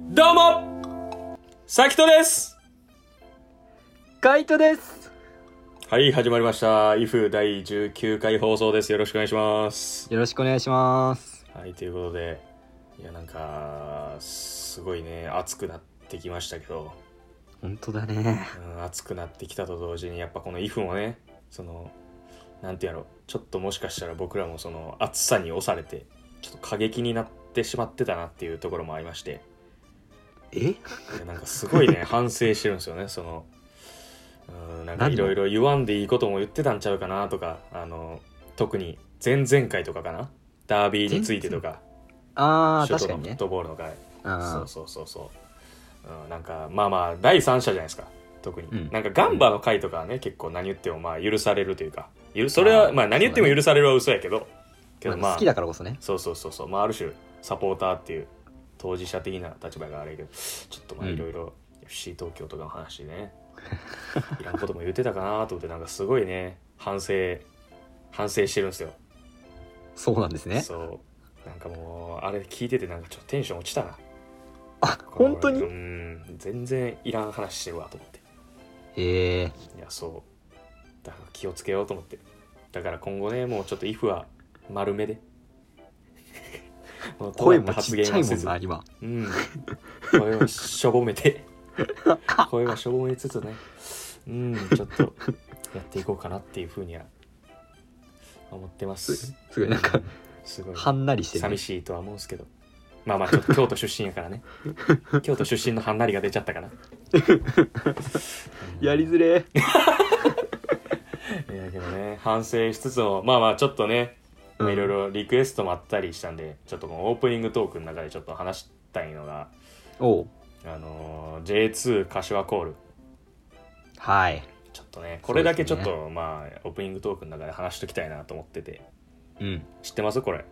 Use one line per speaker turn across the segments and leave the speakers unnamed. どうもさきとです
ガイトです
はい、始まりました。イフ第19回放送です。よろしくお願いします。
よろしくお願いします
はい、ということで、いや、なんか、すごいね、暑くなってきましたけど、
本当だね
うん、暑くなってきたと同時に、やっぱこのイフもね、その、なんてやろう、ちょっともしかしたら僕らもその暑さに押されて、ちょっと過激になってしまってたなっていうところもありまして、
え
いやなんかすご いね反省してるんですよねそのうんなんかいろいろ言わんでいいことも言ってたんちゃうかなとかあの特に前々回とかかなダービーについてとか
ああ
シュ
確
ー
か
トの
に
フッ
ね
トボールの回、そ
あ
うそうそうそう、うん、なんかまあまあ第三者じゃないですか特に、
うん
なんかガンバの回とかはね結構何言ってもまあ許されるというかゆるそれは
あー
まあ何言っても許されるは嘘やけど、け
ー、
ど
ま
ま
あ、
あ
好きだからこそね
そうそうそうそう、まあ、ある種サポーターっていう当事者的な立場があれやけどちょっとまあ
うん
いろいろ FC 東京とかの話ね いらんことも言ってたかなと思ってなんかすごいね反省反省してるんですよ
そうなんですね
そうなんかもうあれ聞いててなんかちょっとテンション落ちたな
あ本当
う
に
ん全然いらん話してるわと思って
へえ
いやそうだから気をつけようと思ってだから今後ねもうちょっと「if」は丸めでもうどう
声
やった
も
発
ちっ
言
ちゃい
は
も
せ
ん
ず
な今
うん。声をしょぼめて。 声はしょぼめつつね。うん、ちょっとやっていこうかなっていうふうには思ってます。
すすごいなんか
すごい。
はんなりしてる、ね
寂、しいとは思うんですけど。まあまあ、ちょっと京都出身や からね。京都出身のはんなりが出ちゃったかな。
やりづれえ
いやけどね、反省しつつも、まあまあ、ちょっとね、まあいろいろリクエストもあったりしたんで、ちょっとこのオープニングトークの中でちょっと話したいのが、
おう
あのー J2 柏コール。
はい
ちょっとねこれだけちょっと、まあオープニングトークの中で話しときたいなと思ってて
うん
知ってますこれ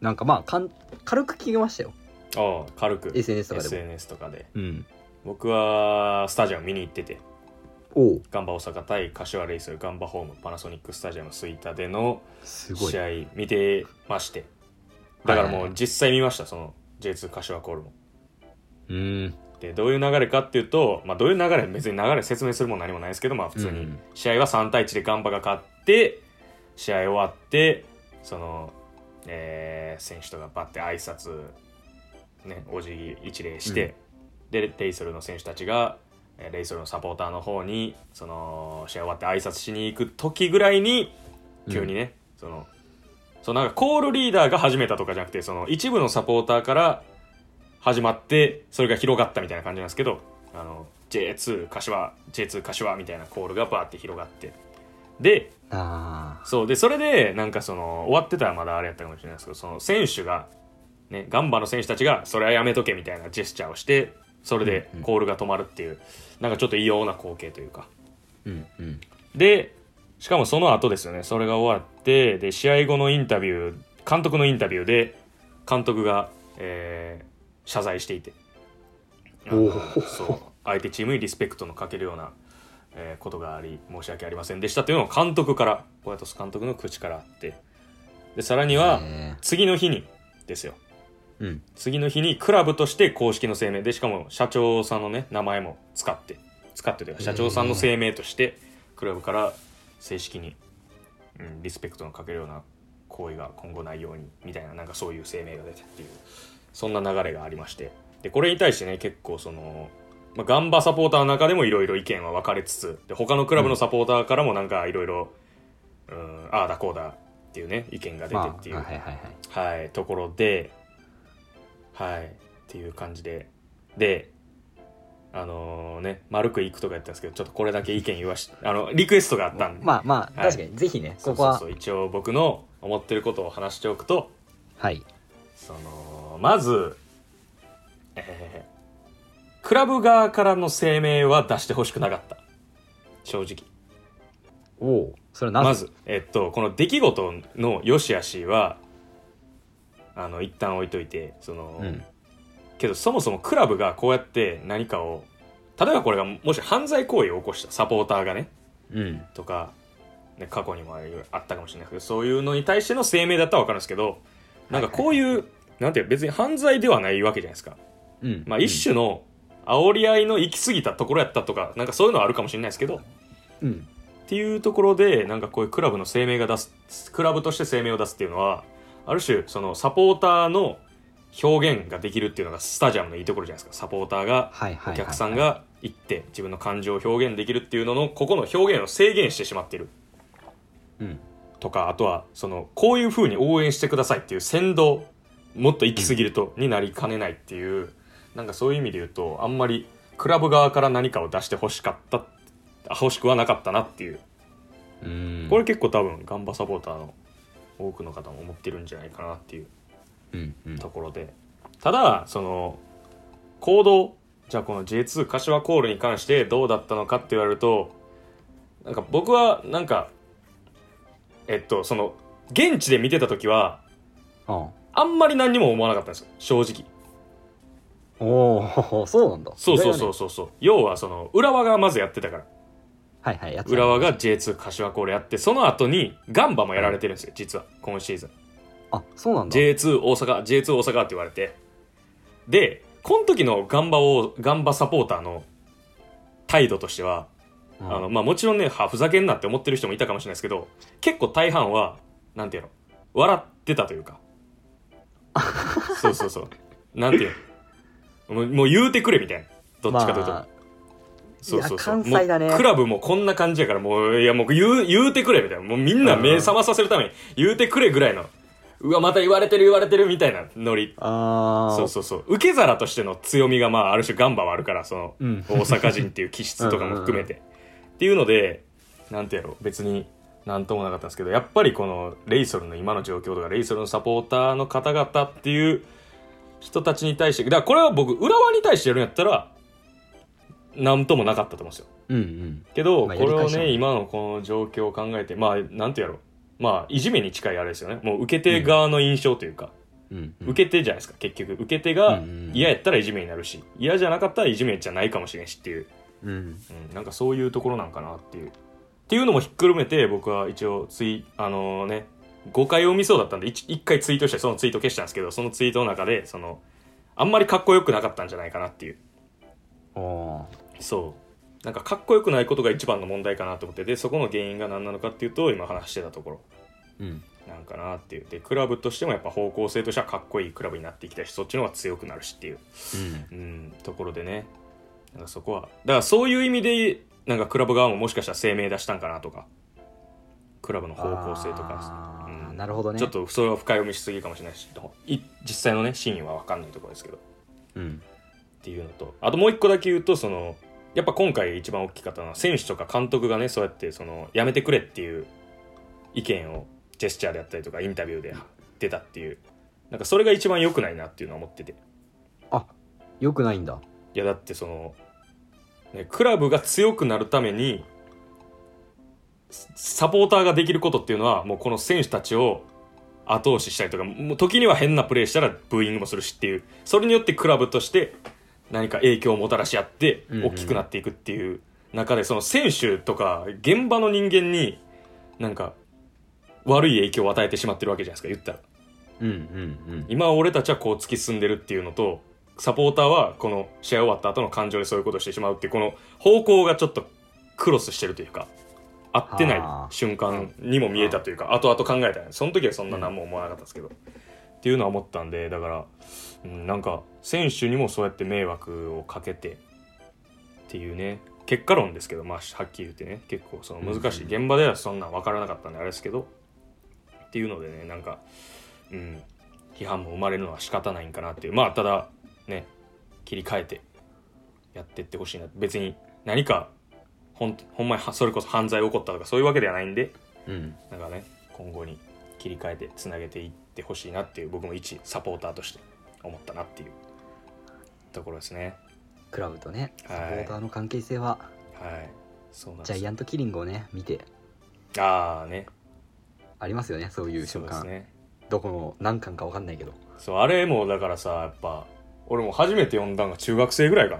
なんかまあかん軽く聞きましたよ
ああ軽く
SNS とかでも
SNS とかで
うん
僕はスタジアム見に行ってて
おう
ガンバ大阪対柏レイソルガンバホームパナソニックスタジアム吹田での
すごい
試合見てましてだから
はい
も
はいうはい
実際見ましたその J2 柏コールも
うん
でどういう流れかっていうと、まあ、どういう流れ別に流れ説明するも何もないですけど、まあ、普通
う
に
ん
試合は3対1でガンバが勝って試合終わってその、えー選手とかバッて挨拶ねお辞儀一礼して、でレイソルの選手たちがえーレイソルのサポーターの方にその試合終わって挨拶しに行く時ぐらいに急にね、そのそのなんかコールリーダーが始めたとかじゃなくてその一部のサポーターから始まってそれが広がったみたいな感じなんですけどあの J2 柏 J2 柏みたいなコールがバーって広がってで
あ
そうでそれでなんかその終わってたらまだあれやったかもしれないですけどその選手が、ね、ガンバの選手たちがそれはやめとけみたいなジェスチャーをしてそれでコールが止まるっていう、なんかちょっと異様な光景というか
ーうんうん
でしかもその後ですよねそれが終わってで試合後のインタビュー監督のインタビューで監督が、えー謝罪していてあの
おー
そう相手チームにリスペクトのかけるような、えーことがあり申し訳ありませんでしたというのを監督からポヤトス監督の口からあってでさらには
へー
次の日にですよ
うん
次の日にクラブとして公式の声明でしかも社長さんのね名前も使って使ってというか社長さんの声明としてクラブから正式に、うん、リスペクトのかけるような行為が今後ないようにみたいななんかそういう声明が出たっていうそんな流れがありましてでこれに対してね結構その、まあ、ガンバサポーターの中でもいろいろ意見は分かれつつで他のクラブのサポーターからもなんかいろいろうんああだこうだっていうね意見が出て
まあ
っていう、
あはいはいはい
はい、ところで、はい、っていう感じで。で、あのね、丸くいくとかやったんですけど、ちょっとこれだけ意見言わ し、あの、リクエストがあったんで、
まあまあ、
はい
確かにぜひね
そ
こ
う
こ
そ
は
うそう、一応僕の思ってることを話しておくと、
はい
その、まず、えークラブ側からの声明は出してほしくなかった。正直。
おおそれはなぜ
まず、えっと、この出来事の良し悪しは、あの、一旦置いといて、その、
うん
けどそもそもクラブがこうやって何かを例えばこれがもし犯罪行為を起こしたサポーターがね
うん
とか、ね、過去にもあったかもしれないですけどそういうのに対しての声明だったら分かるんですけどなんかこういう、なんていうの別に犯罪ではないわけじゃないですか
うん
まあ、一種の煽り合いの行き過ぎたところやったとかなんかそういうのはあるかもしれないですけど
うん
っていうところでなんかこういうクラブの声明が出すクラブとして声明を出すっていうのはある種そのサポーターの表現ができるっていうのがスタジアムのいいところじゃないですかサポーターが
はいはいはいはい
お客さんが行って自分の感情を表現できるっていうののここの表現を制限してしまってる
うん
とかあとはそのこういう風に応援してくださいっていう先導もっと行き過ぎるとになりかねないっていうなんかそういう意味で言うとあんまりクラブ側から何かを出してほしかったあ欲しくはなかったなっていう
うん
これ結構多分ガンバサポーターの多くの方も思ってるんじゃないかなっていう
うんうん
ところでただその行動じゃあこの J2 柏コールに関してどうだったのかって言われるとなんか僕はなんかえっとその現地で見てた時は
あ
あんまり何にも思わなかったんですよ正直
あおお そうなんだ
そうそうそううそうそう要はその浦和がまずやってたから
はいはいやつ
浦和が J2 柏コールやってその後にガンバもやられてるんですよ実は今シーズン
あそうなんだ
J2 大阪 J2 大阪って言われてでこの時のガンバをガンバサポーターの態度としては、
うん
あのまあ、もちろんねはふざけんなって思ってる人もいたかもしれないですけど結構大半はなんていうの笑ってたという かそうそうそうなんていうのもうもう言うてくれみたいなどっちかというと、
まあ
そうそうそう
いや関西だね
もうクラブもこんな感じやからもういやもう言う言うてくれみたいなもうみんな目覚まさせるために言うてくれぐらいのうわまた言われてる言われてるみたいなノリ
ああ
そうそうそう受け皿としての強みがまあある種ガンバはあるからその
うん
大阪人っていう気質とかも含めてっていうのでなんてやろう別になんともなかったんですけどやっぱりこのレイソルの今の状況とかレイソルのサポーターの方々っていう人たちに対してだからこれは僕浦和に対してやるんやったらなんともなかったと思うんですよ
うんうん
けど、
まあ
これ
や
を
り返しは
ね
ね
今のこの状況を考えてまあなんてやろうまあいじめに近いあれですよねもう受け手側の印象というか、
うんうん
受け手じゃないですか結局受け手
う
が
んうん
嫌やったらいじめになるし嫌じゃなかったらいじめじゃないかもしれんしっていう、
うん
うん、なんかそういうところなんかなっていうっていうのもひっくるめて僕は一応ツイあのね誤解を見そうだったんで 1, 回ツイートしてそのツイート消したんですけどそのツイートの中でそのあんまりかっこよくなかったんじゃないかなっていう
おー
そうなんかかっこよくないことが一番の問題かなと思ってでそこの原因が何なのかっていうと今話してたところ
うん
なんかなっていうでクラブとしてもやっぱ方向性としてはかっこいいクラブになっていきたいしそっちの方が強くなるしっていう
うん
うん、ところでねなんかそこはだからそういう意味でなんかクラブ側ももしかしたら声明出したんかなとかクラブの方向性とか
あ、ー
うん
なるほどね
ちょっとそれは深読みしすぎかもしれないしい実際のね真意は分かんないところですけどっ
うん
ていうのとあともう一個だけ言うとそのやっぱ今回一番大きかったのは選手とか監督がねそうやってそのやめてくれっていう意見をジェスチャーであったりとかインタビューで出たっていうなんかそれが一番良くないなっていうのは思ってて
あよくないんだ
いやだってその、ね、クラブが強くなるためにササポーターができることっていうのはもうこの選手たちを後押ししたりとかもう時には変なプレーしたらブーイングもするしっていうそれによってクラブとして何か影響をもたらし合って
うんうん
大きくなっていくっていう中でその選手とか現場の人間になんか悪い影響を与えてしまってるわけじゃないですか言ったら。
うんうん
今俺たちはこう突き進んでるっていうのとサポーターはこの試合終わった後の感情でそういうことをしてしまうっていうこの方向がちょっとクロスしてるというか合ってない
はあ
瞬間にも見えたというか後々考えたよねその時はそんな何も思わなかったですけど、っていうのは思ったんでだから、うん、なんか選手にもそうやって迷惑をかけてっていうね結果論ですけどまあはっきり言ってね結構その難しい
うん
現場ではそんなん分からなかったんであれですけどっていうのでねなんかうん批判も生まれるのは仕方ないんかなっていうまあただね切り替えてやってってほしいな別に何かほんほんまにはそれこそ犯罪起こったとかそういうわけではないんで
うんうん
なんかね今後に切り替えてつなげていってほしいなっていう僕も一サポーターとして思ったなっていうところですね
クラブとねサ
は
ポ
い
ーターの関係性は、
はいそうなん
ジ
で
ャ
す
イアントキリングをね見て
ああね
ありますよねそういう
そう
瞬
です
間、
ね
どこの何巻か分かんないけど、
そうあれもだからさやっぱ俺も初めて読んだのが中学生ぐらいか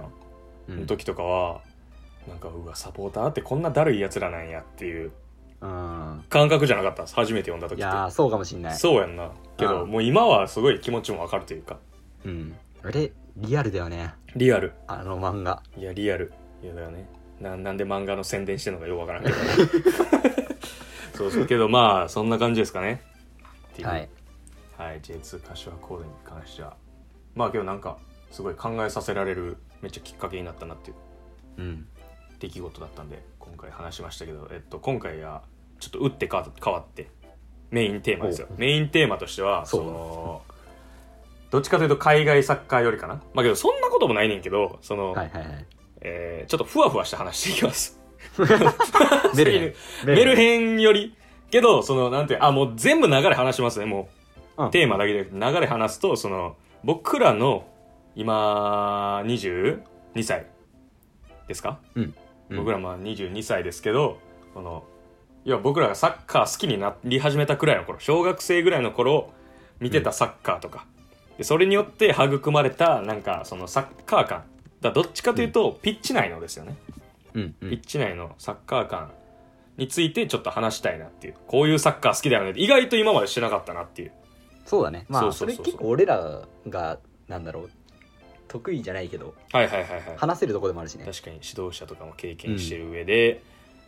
な
う
の時とかは、なんかうわサポーターってこんなだるいやつらなんやっていう
うん
感覚じゃなかったんです初めて読んだ時っ
い
て
やーそうかもしんない
そうやんなけど
うん
もう今はすごい気持ちもわかるというか
うん、あれリアルだよね
リアル
あの漫画
いやリアルいやだよねななんで漫画の宣伝してるのかよくわ からんけどそうそうけどまあそんな感じですかねってう
はい
はい J2 柏コーデに関してはまあ今日なんかすごい考えさせられるめっちゃきっかけになったなっていう
うん
出来事だったんで今回話しましたけど、えっと、今回はちょっと打って変わ変わってメインテーマですよ
お
メインテーマとしては
そ
そうのどっちかというと海外サッカーよりかなまあけどそんなこともないねんけどその、
はいはい はい
えーちょっとふわふわした話していきます
メルヘン
メルヘンよりけどそのなんてあもう全部流れ話しますねもう、
うん
テーマだけで流れ話すとその僕らの今22歳ですか
うん
僕らまあ22歳ですけどこのいや僕らがサッカー好きになり始めたくらいの頃小学生ぐらいの頃見てたサッカーとか、でそれによって育まれたなんかそのサッカー感だどっちかというとピッチ内のですよね、
うんう
ピッ
ん
チ内のサッカー感についてちょっと話したいなっていうこういうサッカー好きだよねって意外と今までしてなかったなっていう
そうだねま
そう
あ
そ
そう
そうそ
れ
う
結構俺らがなんだろう得意じゃないけど
はいはいはいはい
話せるとこでもあるしね
確かに指導者とかも経験してる上で、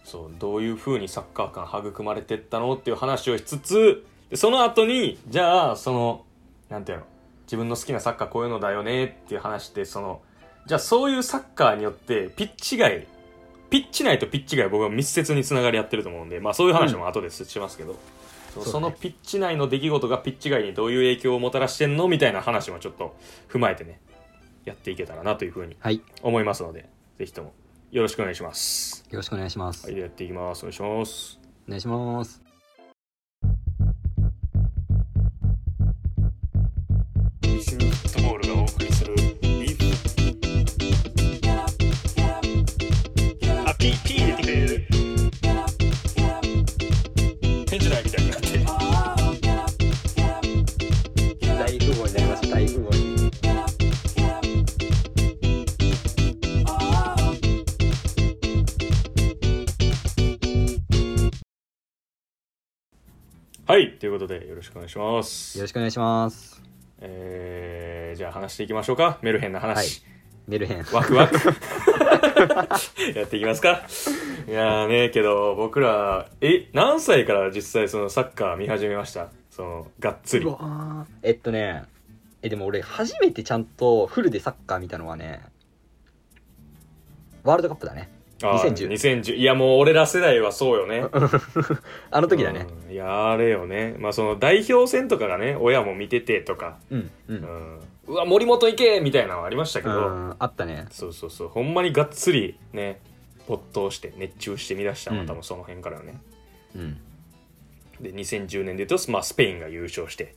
そうどういう風にサッカー感育まれてったのっていう話をしつつでその後にじゃあそのなんていうの自分の好きなサッカーこういうのだよねっていう話でそのじゃあそういうサッカーによってピッチ外ピッチ内とピッチ外僕は密接につながり合ってると思うんで、まあ、そういう話も後ですしますけど、そう
そ
そ
うだね
のピッチ内の出来事がピッチ外にどういう影響をもたらしてんのみたいな話もちょっと踏まえてねやっていけたらなというふうに
はいよ
思いますので、ぜひともよろしくお願いします。
ろしくお願いします
はい、ではやっていきます。お願いします。
お願いします
ビスフットボールがお送りするビーフ。あ、ピーピー出てくる。手じゃないみたいになって。
大富豪になりました大富豪に
はい、ということでよろしくお願いしま
よ
す
ろ。しくお願いします
えー、じゃあ話していきましょうか。メルヘンな話。
メルヘン
ワクワク。 やっていきますか。いやーね、けど僕ら、え、何歳から実際そのサッカー見始めましたその、がっつり。
うわーえっとねえでも俺初めてちゃんとフルでサッカー見たのはねワールドカップ だね
あー
2010
2010いやもう俺ら世代はそうよね
あの時だね
うんいやあれよねまあその代表戦とかがね親も見ててとか、
うんう
うんん、うわ森本行けみたいなのはありましたけ
う
ど、
んあったね
そうそうそうほんまにがっつりね没頭して熱中して見出したのは
うん
多分その辺からよね、
うん
で2010年で言うと、まあ、スペインが優勝して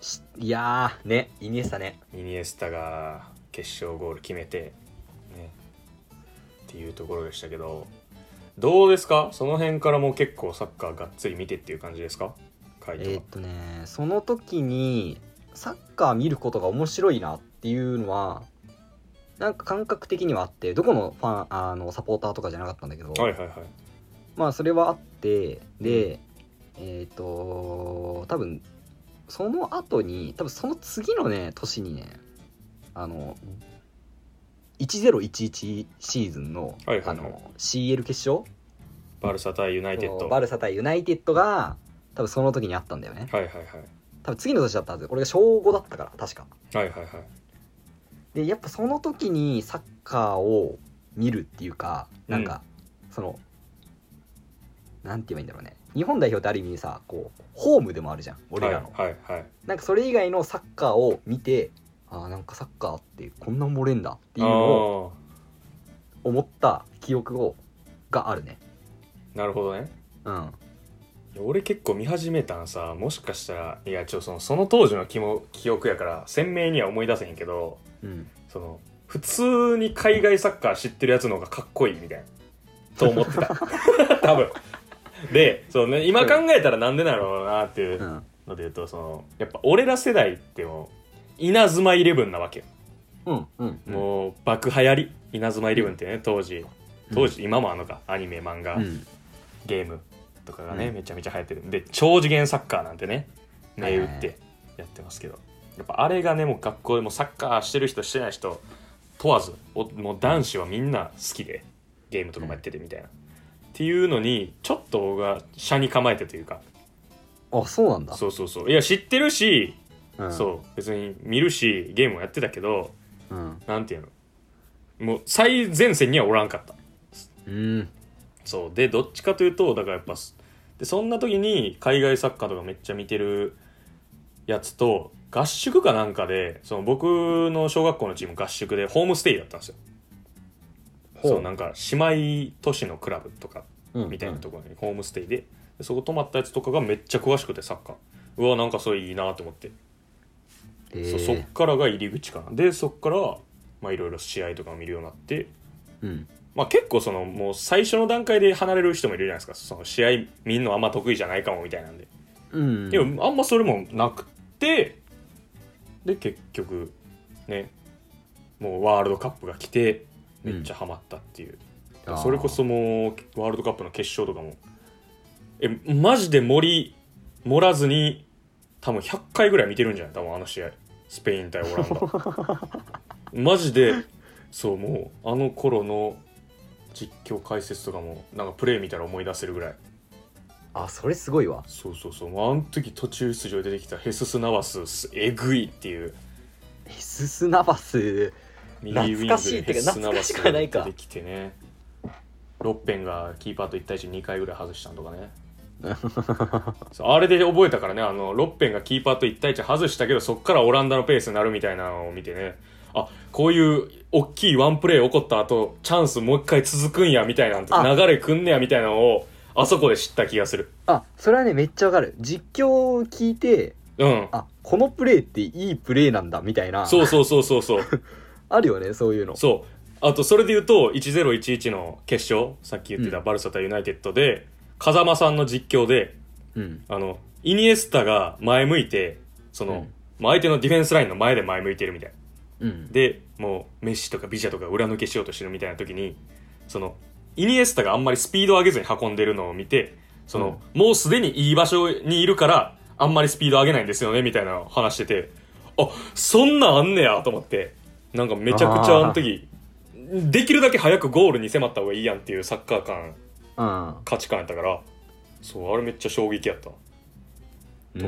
しいやーねイニエスタね
イニエスタが決勝ゴール決めて、ね、っていうところでしたけどどうですかその辺からもう結構サッカーがっつり見てっていう感じですか回答は
えーっとねその時にサッカー見ることが面白いなっていうのはなんか感覚的にはあってどこのファンあのサポーターとかじゃなかったんだけど、
はいはいはい
まあそれはあってでえっ、と多分その後に多分その次のね年にねあの1011シーズンの,、
はいはいはい
あの CL 決勝
バルサ対ユナイテッド
バ
はい
ルサ対ユナイテッドが多分その時にあったんだよね
はいはい
多分次の年だったはず俺が小5だったから確か
はいはいはい
でやっぱその時にサッカーを見るっていうかなんか、そのなんて言えばいいんだろうね日本代表ってある意味さこうホームでもあるじゃん俺らの、
はいはいはい
なんかそれ以外のサッカーを見てあーなんかサッカーってこんな漏れんだっていうのを
あ
思った記憶をがあるね
あなるほどね
うん
いや俺結構見始めたんさもしかしたらいやちょそのその当時の記も記憶やから鮮明には思い出せへんけど
うん
その普通に海外サッカー知ってるやつの方がかっこいいみたいなと思って た多分でそう、ね、今考えたらなんでなのなっていううんので言うとそのやっぱ俺ら世代ってもう稲妻イレブンなわけよ
うんうん
もう爆流行り稲妻イレブンってね当時当時、今もあんのかアニメ漫画、
うん
ゲームとかがね、
うん
めちゃめちゃ流行ってるで超次元サッカーなんてね
は
銘
い
打
はい
ってやってますけど、やっぱあれがねもう学校でもサッカーしてる人してない人問わずおもう男子はみんな好きでゲームとかもやっててみたいな、っていうのにちょっと僕が車に構えてというか
あそうなんだ
そうそうそういや知ってるし、
うん、
そう別に見るしゲームもやってたけど
うん
なんていうのもう最前線にはおらんかった
うん
そうでどっちかというとだからやっぱすでそんな時に海外サッカーとかめっちゃ見てるやつと合宿かなんかでその僕の小学校のチーム合宿でホームステイだったんですよ
ほう
そうなんか姉妹都市のクラブとか
うん
みたいなところにホームステイででそこ泊まったやつとかがめっちゃ詳しくてサッカーうわなんかそれいいなと思って、
え
そ
ー、
そっからが入り口かなでそっからまあいろいろ試合とかを見るようになって
うん
まあ、結構そのもう最初の段階で離れる人もいるじゃないですかその試合見んのあんま得意じゃないかもみたいなんで、
うん
でもあんまそれもなくてで結局ねもうワールドカップが来てめっちゃハマったっていう、
あー
それこそもうワールドカップの決勝とかもえマジで盛り盛らずに多分100回ぐらい見てるんじゃない多分あの試合スペイン対オラ ンダマジでそうもうあの頃の実況解説とかもなんかプレー見たら思い出せるぐらい
あそれすごいわ
そうそうそうもうあの時途中出場で出てきたヘスス・ナワスすえぐいっていう
ヘススナバス
右ウィング
懐かしいってか懐かしくはないか
出てきてねロッペンがキーパーと1対12回ぐらい外したんとか ねそうあれで覚えたからねあのロッペンがキーパーと1対1外したけどそっからオランダのペースになるみたいなのを見てねあこういう大きいワンプレー起こった後チャンスもう一回続くんやみたいなんて
あ
流れくんねやみたいなのをあそこで知った気がする
あそれはねめっちゃわかる実況を聞いて
うん
あこのプレーっていいプレーなんだみたいな
そうそうそうそうそう
あるよねそういうの
そう。あと、それで言うと、1011の決勝、さっき言ってた
うん
バルサ対ユナイテッドで、風間さんの実況で、
うん
あの、イニエスタが前向いて、その、
うん
まあ相手のディフェンスラインの前で前向いてるみたい。
うん
で、もう、メッシとかビジャとか裏抜けしようとしてるみたいな時に、その、イニエスタがあんまりスピードを上げずに運んでるのを見て、その、もうすでにいい場所にいるから、あんまりスピード上げないんですよね、みたいなのを話してて、あ、そんなんあんねやと思って、なんかめちゃくちゃあの時、できるだけ早くゴールに迫った方がいいやんっていうサッカー感、
うん
価値観やったから、そう、あれめっちゃ衝撃やった。と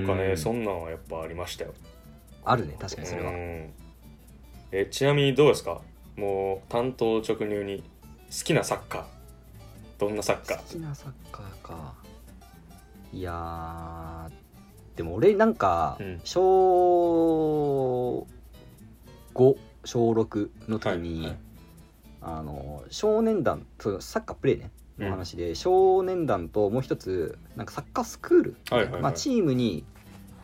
かね、
うん
そんなんはやっぱありましたよ。
あるね確かにそれは、
うんえちなみにどうですかもう担当直入に好きなサッカーどんなサッカー
好きなサッカーかいやーでも俺なんか
うん
小5小6の時に、
はいはい
あの少年団そのサッカープレーね
うん
の話で、少年団ともう一つなんかサッカースクールみたい
は
な、
いはいはい
まあ、チームに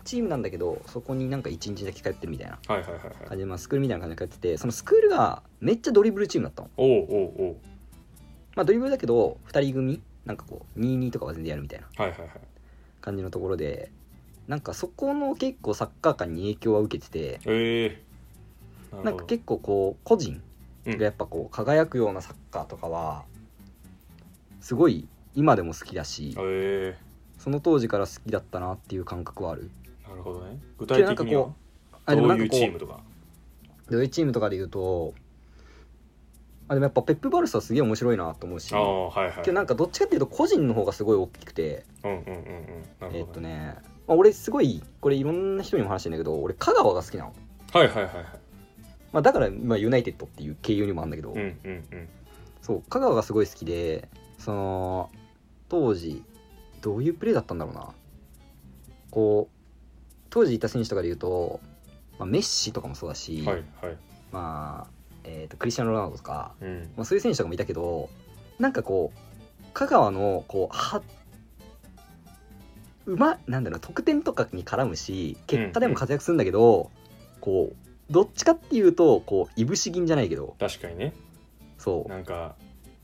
チームなんだけどそこになんか1日だけ通ってるみたいな
はいはいはいはい
感じで、まあ、スクールみたいな感じで通っててそのスクールがめっちゃドリブルチームだったの。
おうおうおう
まあ、ドリブルだけど2人組なんかこう22とかは全然やるみたいな
はいはいはい
感じのところでなんかそこの結構サッカー界に影響は受けてて
ええ
なんか結構こう個人
うん
がやっぱこう輝くようなサッカーとかはすごい今でも好きだし
え
その当時から好きだったなっていう感覚はある
えなるほどね具体的には
あでも
ど
な
うんい
か
うチー
こ
ムとか
うどういうチームとかで言うとあでもやっぱペップ・バルサすげえ面白いなと思うし
ああはいはい
けどなんかどっちかっていうと個人の方がすごい大きくて
うんうんうんうんなるほど、
えっとね、まあ、俺すごいこれいろんな人にも話してんだけど俺香川が好きなの、
はいはいはいはい
まあ、だから、まあ、ユナイテッドっていう経由にもあるんだけど、
うんうんうん
そう香川がすごい好きでその当時どういうプレーだったんだろうなこう当時いた選手とかで言うと、まあ、メッシとかもそうだし、
はいはい
まあえー、とクリスチャン・ロナウドとか、
うん
まあ、そういう選手とかもいたけどなんかこう香川のこうはうまなんだろう得点とかに絡むし結果でも活躍するんだけど、こうどっちかっていうとこういぶし銀じゃないけど
確かにね
そう
なんか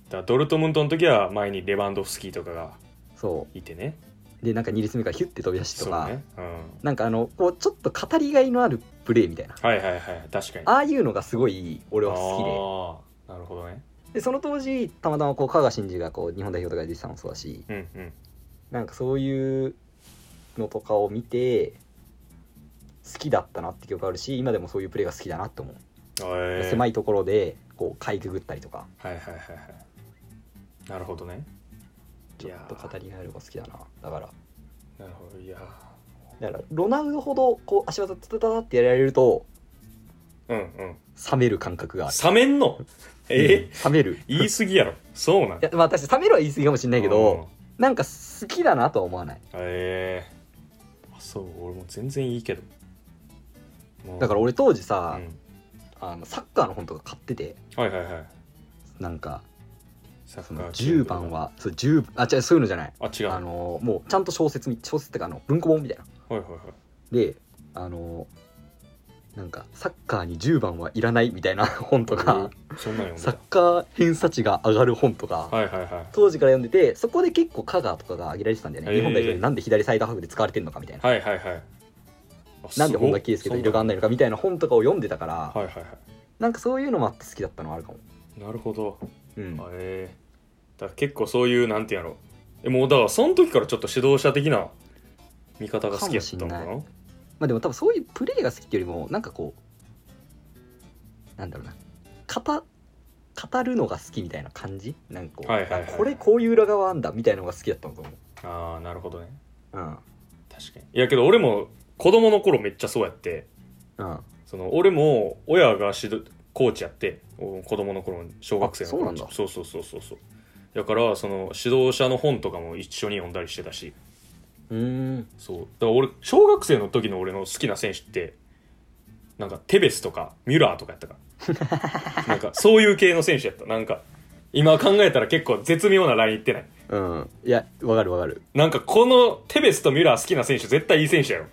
だからドルトムントの時は前にレバンドフスキーとかが
そ
いてね
うでなんか2列目からヒュッて飛び出しと
そう
か、
ねうん
なんかあのこうちょっと語りがいのあるプレーみたいな
はいはいはい確かに
ああいうのがすごい俺は好き
あ
で
ーなるほどね
でその当時たまたまこう香川真司がこう日本代表とかで出てたのもそうだし
うんうん
なんかそういうのとかを見て好きだったなって記憶あるし今でもそういうプレーが好きだなって思う、
え
狭
い
いところでこうかいくぐったりとか
はいはいはいはいなるほどねい
ちょ
や
っと
ー
語りがあるが好きだなだから
なるほどいや
だからロナウドほどこう足技タタタタってやられると
ーうんうん
冷める感覚がある
冷めんのえ
うん冷めるい
言い過ぎやろそうなん
やまあ私冷めるは言い過ぎかもしれないけ
うん
どなんか好きだなとは思わない
ええそう俺も全然いいけどもう
だから俺当時さ、
うん
あのサッカーの本とか買ってて
はいはいはい
なんか
サ
その10番はそう10あ違うそういうのじゃない
あ違う
あのもうちゃんと小説み小説ってかあの文庫本みたいな
はいはいはい
であのなんかサッカーに10番はいらないみたいな 本とか
うんそんなん
サ
読ん
ッ
で
カー偏差値が上がる本とか、
たはいはいはい
当時から読んでてそこで結構香川とかが挙げられてたんだよね、
へー
日本代表でなんで左サイドハーフで使われてんのかみたいな、
はいはいはいあ
なん
す
で
ご
本田圭佑と色が合わないのかみたいな本とかを読んでたから、
はいはいは
なんかそういうのもあって好きだったのはあるかも、
いなるほど
うん、
あえーだから結構そういうなんてやろうえもうだからその時からちょっと指導者的な見方が好きやったのかな
かもまあでも多分そういうプレーが好きっていうよりもなんかこうなんだろうな語語るのが好きみたいな感じなんかこう、
はいはいはい
あこれこういう裏側あんだみたいなのが好きだったんだと思
ああなるほどね
う
確かにいやけど俺も子供の頃めっちゃそうやって
うんうん
その俺も親が指導コーチやってお子供の頃小学生の頃
あそうなんだ
そうそうそうそうそうだからその指導者の本とかも一緒に読んだりしてたし
うーん
そうだから俺小学生の時の俺の好きな選手ってなんかテベスとかミュラーとかやったから なんかそういう系の選手やったなんか今考えたら結構絶妙なラインいってない
うんいやわかるわかる
なんかこのテベスとミュラー好きな選手絶対いい選手やろ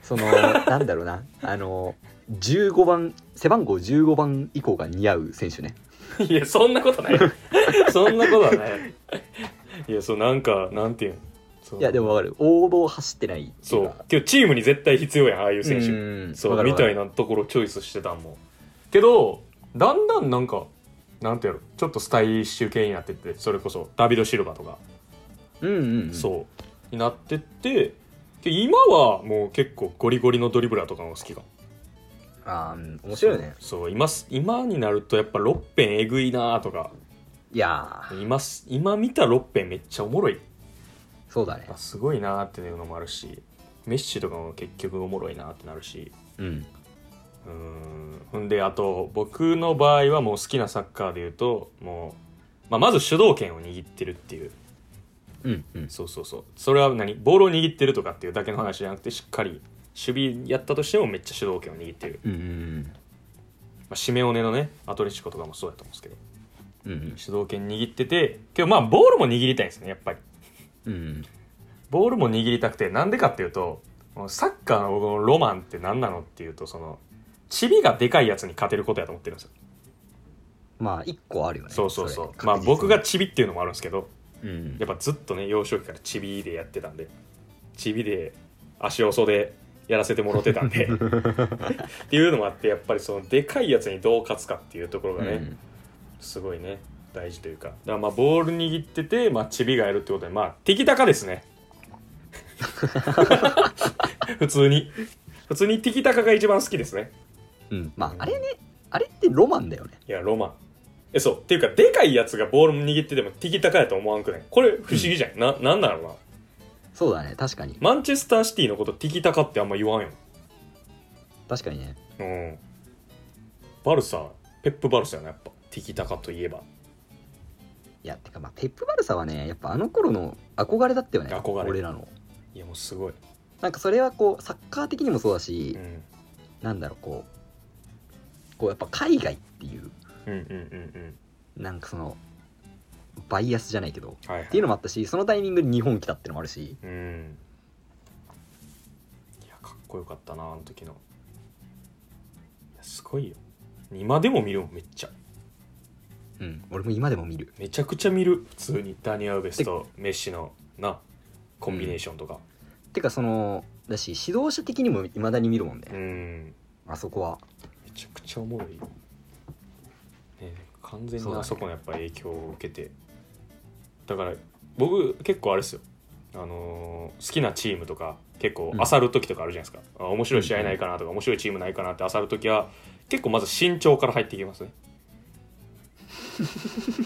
その なんだろうなあの15番背番号15番以降が似合う選手ね
いや、そんなことない。 そんなことはない。いや、そう、なんか、なんていうのそう
いやでもわかる王道走ってないってい
そうう
か。
けど、チームに絶対必要やん、ああいう選
う
手。
ーん
そ
わか
う、
る
み
わか
た
る
いなところチョイスしてたんもん。けど、だんだんなんか、なんていうのちょっとスタイリッシュ系になってって、それこそ、ダビド・シルバとか、
うんうん、うん、
そう、になってって、けど今はもう結構ゴリゴリのドリブラーとかの方が好きかも。
あーうん面白いよね
そう、今す、今になるとやっぱロッペンえぐいなとか、
いやー
今す、今見たロッペンめっちゃおもろい
そうだね
あすごいなーっていうのもあるしメッシとかも結局おもろいなーってなるし
うん
うーんほんであと僕の場合はもう好きなサッカーで言うともう、まあ、まず主導権を握ってるっていう
うんうん
そうそうそうそれは何ボールを握ってるとかっていうだけの話じゃなくてしっかり守備やったとしてもめっちゃ主導権を握ってる、
うんうん
まあ、シメオネのねアトレチコとかもそうだと思うんですけど
うんうん
主導権握っててけどまあボールも握りたいんですねやっぱり
うん
ボールも握りたくてなんでかっていうとサッカーの僕のロマンって何なのっていうとそのチビがでかいやつに勝てることやと思ってるんですよ、
まあ一個あるよね
そうそうそう
れ
まあ
確実に
僕がチビっていうのもあるんですけど
うん
やっぱずっとね幼少期からチビでやってたんでチビで足遅でやらせてもろてたんでっていうのもあってやっぱりそのでかいやつにどう勝つかっていうところがね、
うん
すごいね大事というかだからまあボール握ってて、まあ、チビがやるってことでまあ敵高ですね 普通に普通に敵高が一番好きですね
うんまああれねあれってロマンだよね
いやロマンえそうっていうかでかいやつがボール握ってても敵高やと思わんくないこれ不思議じゃん、ななんだろうな
そうだね確かに
マンチェスターシティのこと敵高ってあんま言わんよ
確かにね
うんバルサペップバルサやなやっぱ敵高といえば
いやてかまあペップ・バルサはねやっぱあの頃の憧れだったよね
憧れ
俺らの
いやもうすごい、
なんかそれはこうサッカー的にもそうだし
う、ん、
なんだろうこうこうやっぱ海外っていう
うんうんうん
なんかそのバイアスじゃないけど
うんはい、はい
っていうのもあったしそのタイミングで日本来たってのもあるし
うんいやかっこよかったなあの時のいやすごいよ今でも見るもんめっちゃ
うん俺も今でも見る
めちゃくちゃ見る普通にダニア・ウベスとメッシのなコンビネーションとか
てかそのだし指導者的にもいまだに見るもんね
うん、
あそこは
めちゃくちゃおもろいよ、ね、完全
そう
に
だね
あそこのやっぱ影響を受けてだ,、から僕結構あれですよあのー好きなチームとか結構
うん
漁る時とかあるじゃないですか、あ面白い試合ないかなとか面白いチームないかなって漁る時は結構まず身長から入っていきます ね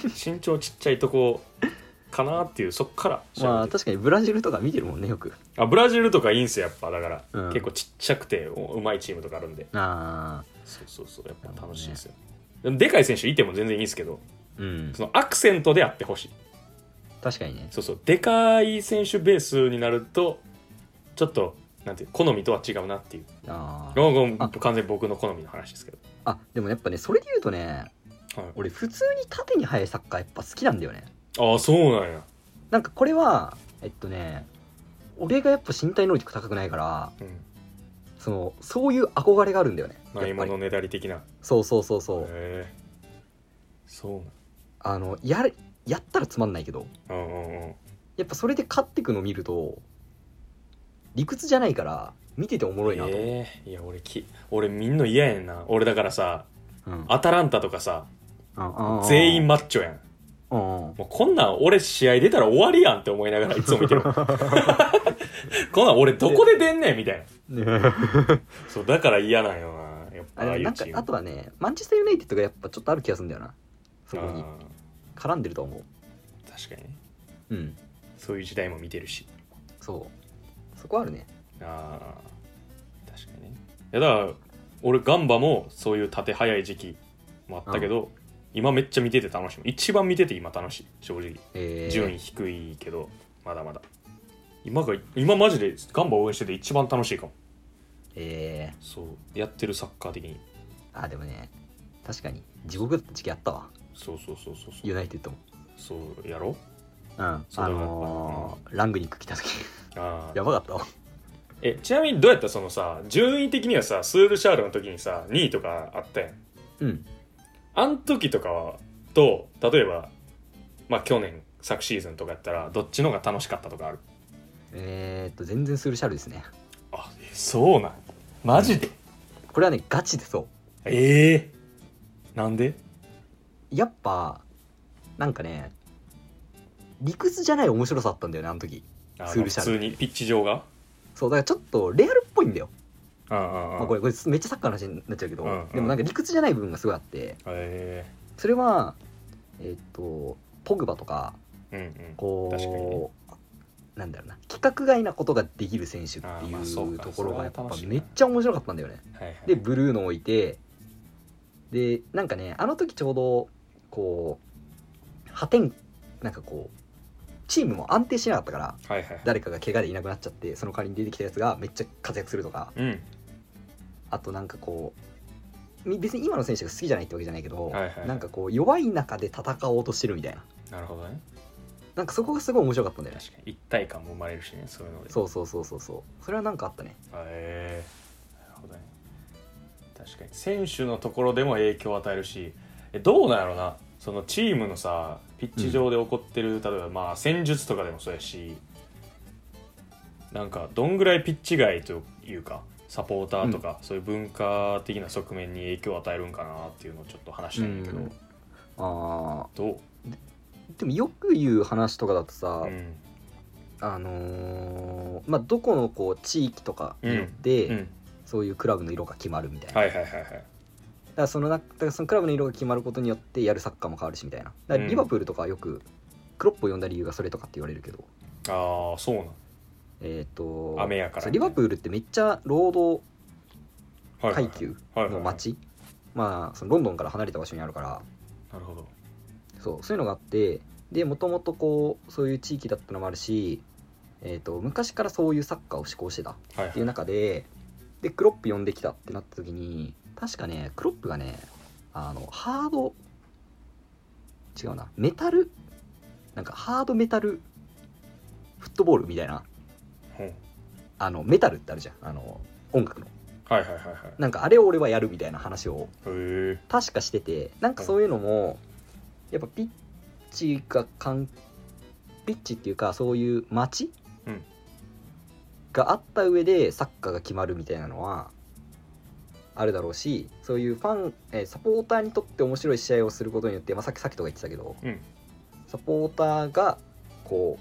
身長ちっちゃいとこかなっていうそっから調べて
まあ確かにブラジルとか見てるもんねよく
あブラジルとかいいんすよやっぱだから、
うん
結構ちっちゃくておうまいチームとかあるんで
ああ
そうそうそうやっぱ楽しいですよ、でもでかい選手いても全然いいんですけど
うん
そのアクセントであってほしい
確かにね
そうそうでかい選手ベースになるとちょっとなんていう好みとは違うなっていう
あー
ごめんごめん
あ
完全に僕の好みの話ですけど、
あでもやっぱねそれで言うとね
はい
俺普通に縦に速いサッカーやっぱ好きなんだよね
ああそうなんや、
なんかこれはえっとね俺がやっぱ身体能力高くないから
うん、
そのそういう憧れがあるんだよねや
ない
っ
も
ぱ
の
り
ねだり的なへ
そうそうそうそう
えそう
あのやれやったらつまんないけど
なんうんうんうん
やっぱそれで勝ってくの見ると理屈じゃないから見てておもろいなと思う、
ええいや俺き俺みんな嫌やんな俺だからさ
うん
アタランタとかさ
ああ
全員マッチョやん
うんうん
もうこんなん俺試合出たら終わりやんって思いながらいつも見てるこんなん俺どこで出んねんみたいなそうだから嫌なんよなやっぱ
あ
ああ
れ
い
な
うん
か
チーム
あとはねマンチェスター・ユナイテッドがやっぱちょっとある気がするんだよなそこに
あ
絡んでると思
ー確かにね
ううん
そういう時代も見てるし
そうそこはあるね
あー確かにねいやだから俺ガンバもそういう縦早い時期もあったけど、今めっちゃ見てて楽しい一番見てて今楽しい正直
えー、
順位低いけど、まだまだ今が今マジでガンバ応援してて一番楽しいかも
え
そうやってるサッカー的に
ー、あでもね確かに地獄だった時期あったわ
そうそうそうそうそ
ユ
う
ナイテッドも
そうやろ
うんあ
そうだな
のーラングニック来た時
あ
や
あ
ばかったわ
えちなみにどうやったそのさ順位的にはさスールシャールの時にさ2位とかあったやん
うん
あん時とかはと例えばまあ去年昨シーズンとかやったらどっちのが楽しかったとかある
えー、っと全然スルシャルですね
あそうなんマジで
これはねガチでそう
ええなんで
やっぱなんかね理屈じゃない面白さあったんだよねあの時
あ
スールシャール
普通にピッチ上が
そうだからちょっとレアルっぽいんだよ、
ああ
まあ、これこれめっちゃサッカーの話になっちゃうけど、
うんうん
でもなんか理屈じゃない部分がすごいあって
え
それはえーっとポグバとか
えうんうん
こう
確かにね
なんだろうな規格外なことができる選手って
あー
い
まあそう
う
か
ところがやっ
それは楽
ぱ
しいな
めっちゃ面白かったんだよね
はいはい
でブルーノを置いてでなんかねあの時ちょうどこう破天なんかこうチームも安定しなかったから
はいはい
誰かが怪我でいなくなっちゃってその代わりに出てきたやつがめっちゃ活躍するとか
うん
あとなんかこうみ別に今の選手が好きじゃないってわけじゃないけど、
はいはい
なんかこう弱い中で戦おうとしてるみたいな
なるほどね
なんかそこがすごい面白かったんだよね
確かに一体感も生まれるしねそういうので
そうそうそうそうそうそれはなんかあったね
へえなるほどね確かに選手のところでも影響を与えるしえどうなんやろなそのチームのさピッチ上で起こってる、例えばまあ戦術とかでもそうやしなんかどんぐらいピッチ外というかサポーターとか、そういう文化的な側面に影響を与えるんかなっていうのをちょっと話したいんだけど、
うんあ
どう、
ーでもよく言う話とかだとさ、
うん
あのーまあどこのこう地域とかによっ
う
て、
ん、
そういうクラブの色が決まるみたいな、
はいはいはいはい
だからそのなだからそのクラブの色が決まることによってやるサッカーも変わるしみたいなだからリバプールとかはよくクロップを呼んだ理由がそれとかって言われるけど
ああそうなん
えっ、と
雨やから
そうリバプールってめっちゃ労働
はいはい
階級
はい
の
はいはい
街、まあそのロンドンから離れた場所にあるから
なるほど
そうそういうのがあってでもともとこうそういう地域だったのもあるし、えー、と昔からそういうサッカーを志向してたっ
はいはい
ていう中ででクロップ呼んできたってなった時に確かねクロップがねあのハード違うなメタルなんかハードメタルフットボールみたいな
うん
あのメタルってあるじゃんあの音楽の
はいはいはいはいへ
なんかあれを俺はやるみたいな話を
え
確かしててなんかそういうのもやっぱピッチがかんピッチっていうかそういう街、
うん
があった上でサッカーが決まるみたいなのはあるだろうしそういうファン、えーサポーターにとって面白い試合をすることによって、まあ、さっきさっきとか言ってたけど、
うん
サポーターがこ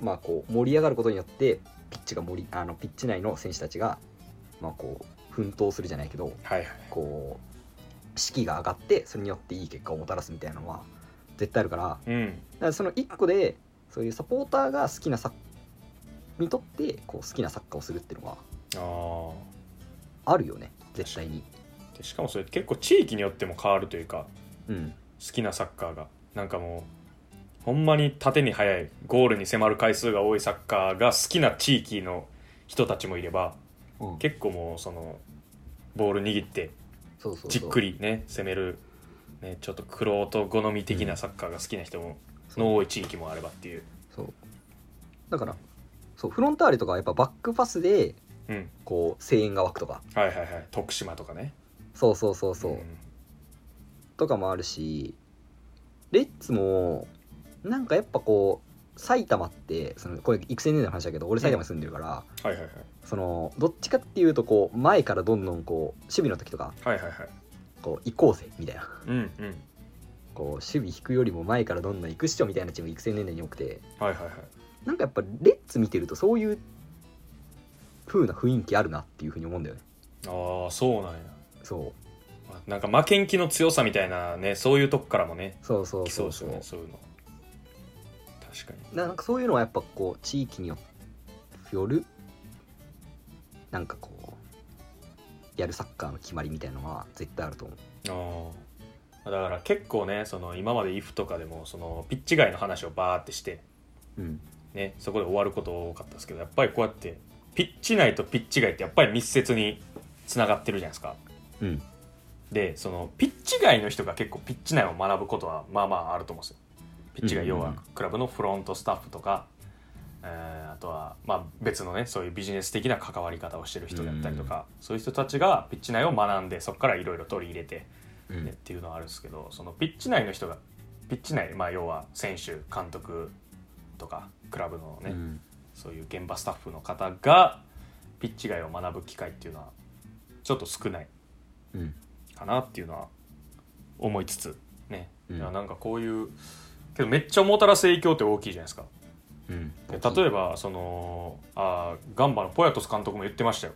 うまあこう盛り上がることによってピッチが盛りあのピッチ内の選手たちが、まあ、こう奮闘するじゃないけど
はいはい
こう士気が上がってそれによっていい結果をもたらすみたいなのは絶対あるからだか
うん
らその1個でそういうサポーターが好きなサッにとってこう好きなサッカーをするっていうのは
ああ
あるよね絶対に。
でしかもそれ結構地域によっても変わるというか
うん、
好きなサッカーがなんかもうほんまに縦に速いゴールに迫る回数が多いサッカーが好きな地域の人たちもいれば結構もうそのボール握って
そうそうそう
じっくりね攻める、ね、ちょっと玄人好み的なサッカーが好きな人もの多い地域もあればっていう、
そうだからそうフロンターレとかはやっぱバックパスで
うん、
こう声援が湧くとか
はいはいはい徳島とかね
そうそうそうそう、
ん
とかもあるしレッツもなんかやっぱこう埼玉ってそのこれ育成年代の話だけど俺埼玉に住んでるから、
はいはいはい
そのどっちかっていうとこう前からどんどんこう守備の時とか
はいはいはい
こう行こうぜみたいな
うんうん
こう守備引くよりも前からどんどん行くっしょみたいなチームが育成年代に多くて
はいはいはい
なんかやっぱレッツ見てるとそういう風な雰囲気あるなっていう風に思うんだよね
ああそうなんや
そう
あなんか負けん気の強さみたいなねそういうとこからもね
そうそう
来そ
そうう
です
そ
よねそ
う
ういうの確かに
ななんかそういうのはやっぱこう地域によよるなんかこうやるサッカーの決まりみたいなのは絶対あると思
あ
う
あだから結構ねその今まで「IF」とかでもそのピッチ外の話をバーってして、
うん
ね、そこで終わること多かったですけどやっぱりこうやってピッチ内とピッチ外ってやっぱり密接につながってるじゃないですか
うん
でそのピッチ外の人が結構ピッチ内を学ぶことはまあまああると思うんですよピッチ外
うんうんう
要
ん
はクラブのフロントスタッフとか、えーあとはまあ別のねそういうビジネス的な関わり方をしてる人だったりとか、そういう人たちがピッチ内を学んでそこからいろいろ取り入れて
う
ねっ
ん
ていうのはあるんですけどそのピッチ内の人がピッチ内、まあ、要は選手監督とかクラブのね、
うん
そういう現場スタッフの方がピッチ外を学ぶ機会っていうのはちょっと少ない
うん
かなっていうのは思いつつね、
うん
いやなんかこういうけどめっちゃもたらす影響って大きいじゃないですか
うん
で例えばそのあーガンバのポヤトス監督も言ってましたよ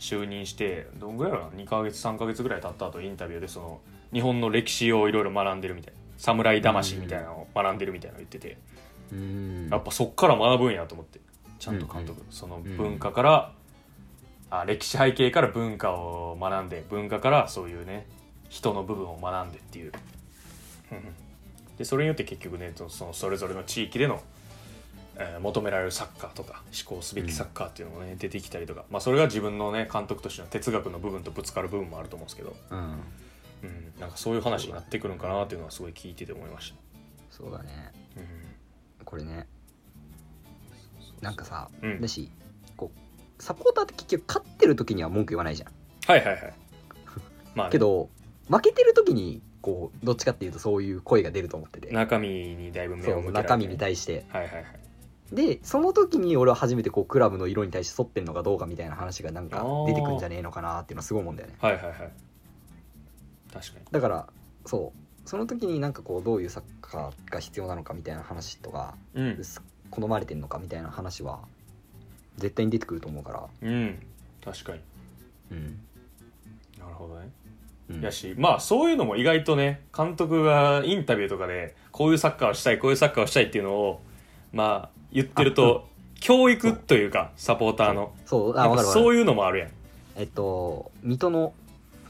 就任してどんぐらいかな2ヶ月3ヶ月ぐらい経った後インタビューでその日本の歴史をいろいろ学んでるみたいな侍魂みたいなのを学んでるみたいなの言ってて、
うん
やっぱそっから学ぶんやと思ってちゃんと監督、その文化から、あ歴史背景から文化を学んで文化からそういうね人の部分を学んでっていう うんうんでそれによって結局ねそそのそれぞれの地域での、えー求められるサッカーとか思考すべきサッカーっていうのもね、出てきたりとか、まあ、それが自分のね監督としての哲学の部分とぶつかる部分もあると思うんですけど、
うん
うん、なんかそういう話になってくるんかなっていうのはすごい聞いてて思いまし
そうだね
た。
これねなんかさ、
うん
だしこうサポーターって結局勝ってる時には文句言わないじゃん
はいはいはい。まあね
けど負けてる時にこうどっちかっていうとそういう声が出ると思ってて
中身にだいぶ目
そ
を
う
向けられて
中身に対して
はいはいはい
でその時に俺は初めてこうクラブの色に対して沿ってんのかどうかみたいな話がなんか出てくんじゃねえのかなっていうのはすごい思うんだよね
はいはいはい確かに
だからそうその時になんかこうどういうサッカーが必要なのかみたいな話とか
うん
す好まれてんのかみたいな話は絶対に出てくると思うから
うん確かに
うん、
なるほどね、
うん、
やしまあそういうのも意外とね監督がインタビューとかでこういうサッカーをしたいこういうサッカーをしたいっていうのをまあ言ってると、教育というかサポーターの
そう
な
あ
ん
分
か
かる分か
そ
る
ういうのもあるやん
えっと水戸の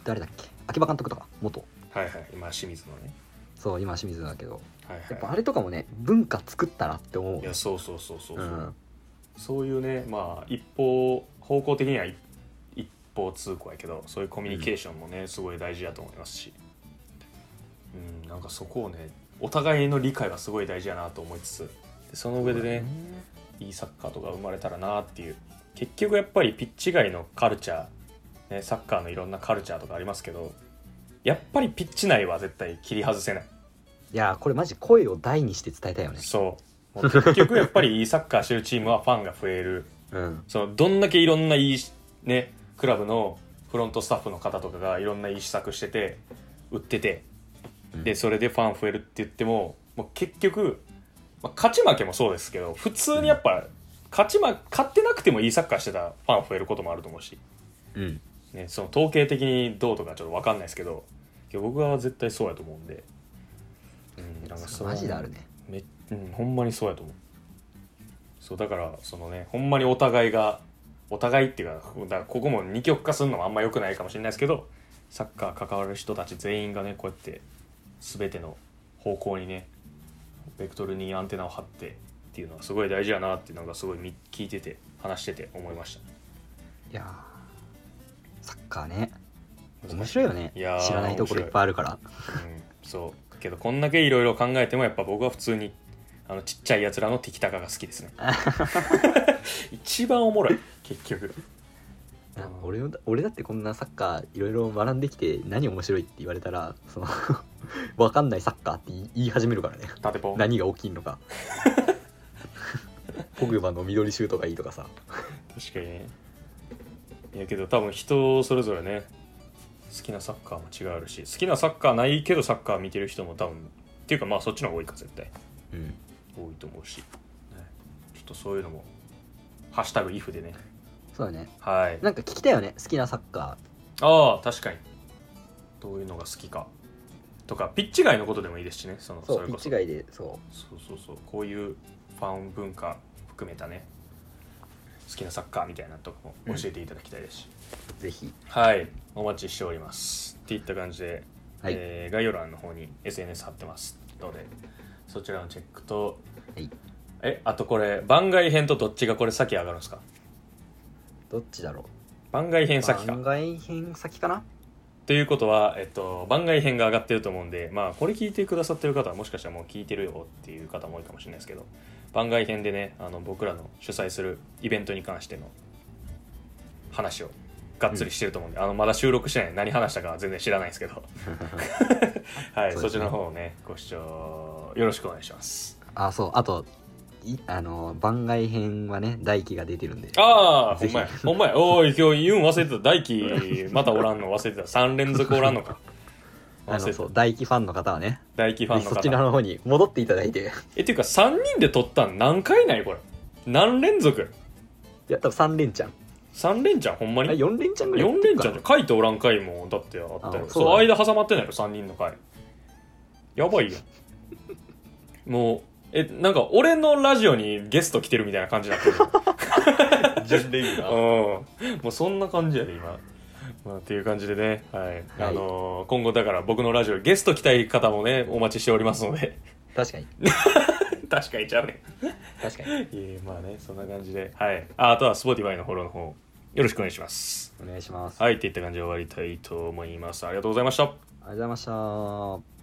誰だっけ秋葉監督とか元
はいはい今清水のね
そう今清水だけど
はい
やっぱ
は
あれとかもね文化作ったなって思う
いいやそうそうそうそうそう、
うん
そういうねまあ一方方向的には一一方通行やけどそういうコミュニケーションもね、すごい大事だと思いますしうんなんかそこをねお互いの理解がすごい大事やなと思いつつでその上でねいいサッカーとか生まれたらなっていう結局やっぱりピッチ外のカルチャー、ね、サッカーのいろんなカルチャーとかありますけどやっぱりピッチ内は絶対切り外 せない
いやーこれマジ声を大にして伝えたいよね
そうもう結局やっぱりいいサッカーしてるチームはファンが増える
うん
そのどんだけいろんないいしねクラブのフロントスタッフの方とかがいろんないい施策してて売ってて
うん
でそれでファン増えるって言ってももう結局、まあ勝ち負けもそうですけど普通にやっぱ勝ち、ま、勝ってなくてもいいサッカーしてたファン増えることもあると思うし、
うん
ね、その統計的にどうとかちょっと分かんないですけどいや僕は絶対そうやと思うんで、うん、なんかその
マジであるね
め、うん、ほんまにそうやと思うそうだからそのねほんまにお互いがお互いっていうかだからここも二極化するのもあんま良くないかもしれないですけどサッカー関わる人たち全員がねこうやって全ての方向にねベクトルにアンテナを張ってっていうのはすごい大事やなってなんかすごいみ聞いてて話してて思いました
いやーサッカーね面白いよね
いやー
知らないところいっぱいあるから
うん、そうけどこんだけいろいろ考えてもやっぱ僕は普通にあのちっちゃいやつらのティキタカが好きですね一番おもろい結局
な俺の俺だってこんなサッカーいろいろ学んできて何面白いって言われたらその わかんないサッカーって言い言い始めるからね
縦ポン
何が起きんの かポグバの緑シュートがいいとかさ
確かにねいやけど多分人それぞれね好きなサッカーも違うし好きなサッカーないけどサッカー見てる人も多分っていうかまあそっちの方が多いか絶対
うん
多いと思うし、ねちょっとそういうのも「ハッシュタグイフ」でね
そうだね
はい
なんか聞きたいよね好きなサッカ
ああ確かにどういうのが好きかとかピッチ外のことでもいいですしねその
ーそう
れ
ピッ
こそ
チ外でそ
そうそうそうこういうファン文化含めたね好きなサッカーみたいなとこも教えていただきたいですし、
うぜひ
はいお待ちしておりますっていった感じで、
はい、
えー概要欄の方に SNS 貼ってますのでそちらのチェックと
はい
えあとこれ番外編とどっちがこれ先上がるんですか
どっちだろ
番外編
う
先か
番外編先 かな
ということは、えっと、番外編が上がってると思うんで、まあ、これ聞いてくださってる方はもしかしたらもう聞いてるよっていう方も多いかもしれないですけど番外編でねあの僕らの主催するイベントに関しての話をがっつりしてると思うんで、あのまだ収録してない何話したかは全然知らないですけど、はい
そうですね
そちらの方をねご視聴よろしくお願いします
あそうあといあの番外編はね大輝が出てるんで
ああほ
ぜ
ん
ひ
まやほんまやおい今日言うん忘れてた大輝またおらんの忘れてた3連続おらんのか
あ
忘
の
れてた
そう大輝ファンの方はね
大輝ファンの方
そちらの方に戻っていただい て
えっていうか3人で撮ったん何回ないこれ何連続
いや多分3連チャン
3連チャンほんまに
4連チャンぐらい
4連チャンじゃ書いておらん回もだってあったよ
あ
そ
そううだね
間挟まってないよ3人の回やばいよもうえなんか俺のラジオにゲスト来てるみたいな感じになってる
準レギュ
うんもうそんな感じやで今まあ、っていう感じでね、はいあのー今後だから僕のラジオゲスト来たい方もねお待ちしておりますので
確かに
確かにちゃうね
確かに
いえまあねそんな感じではいああとは Spotify のフォローの方よろしくお願いします
お願いします、
はいっていった感じで終わりたいと思いますありがとうございました
ありがとうございました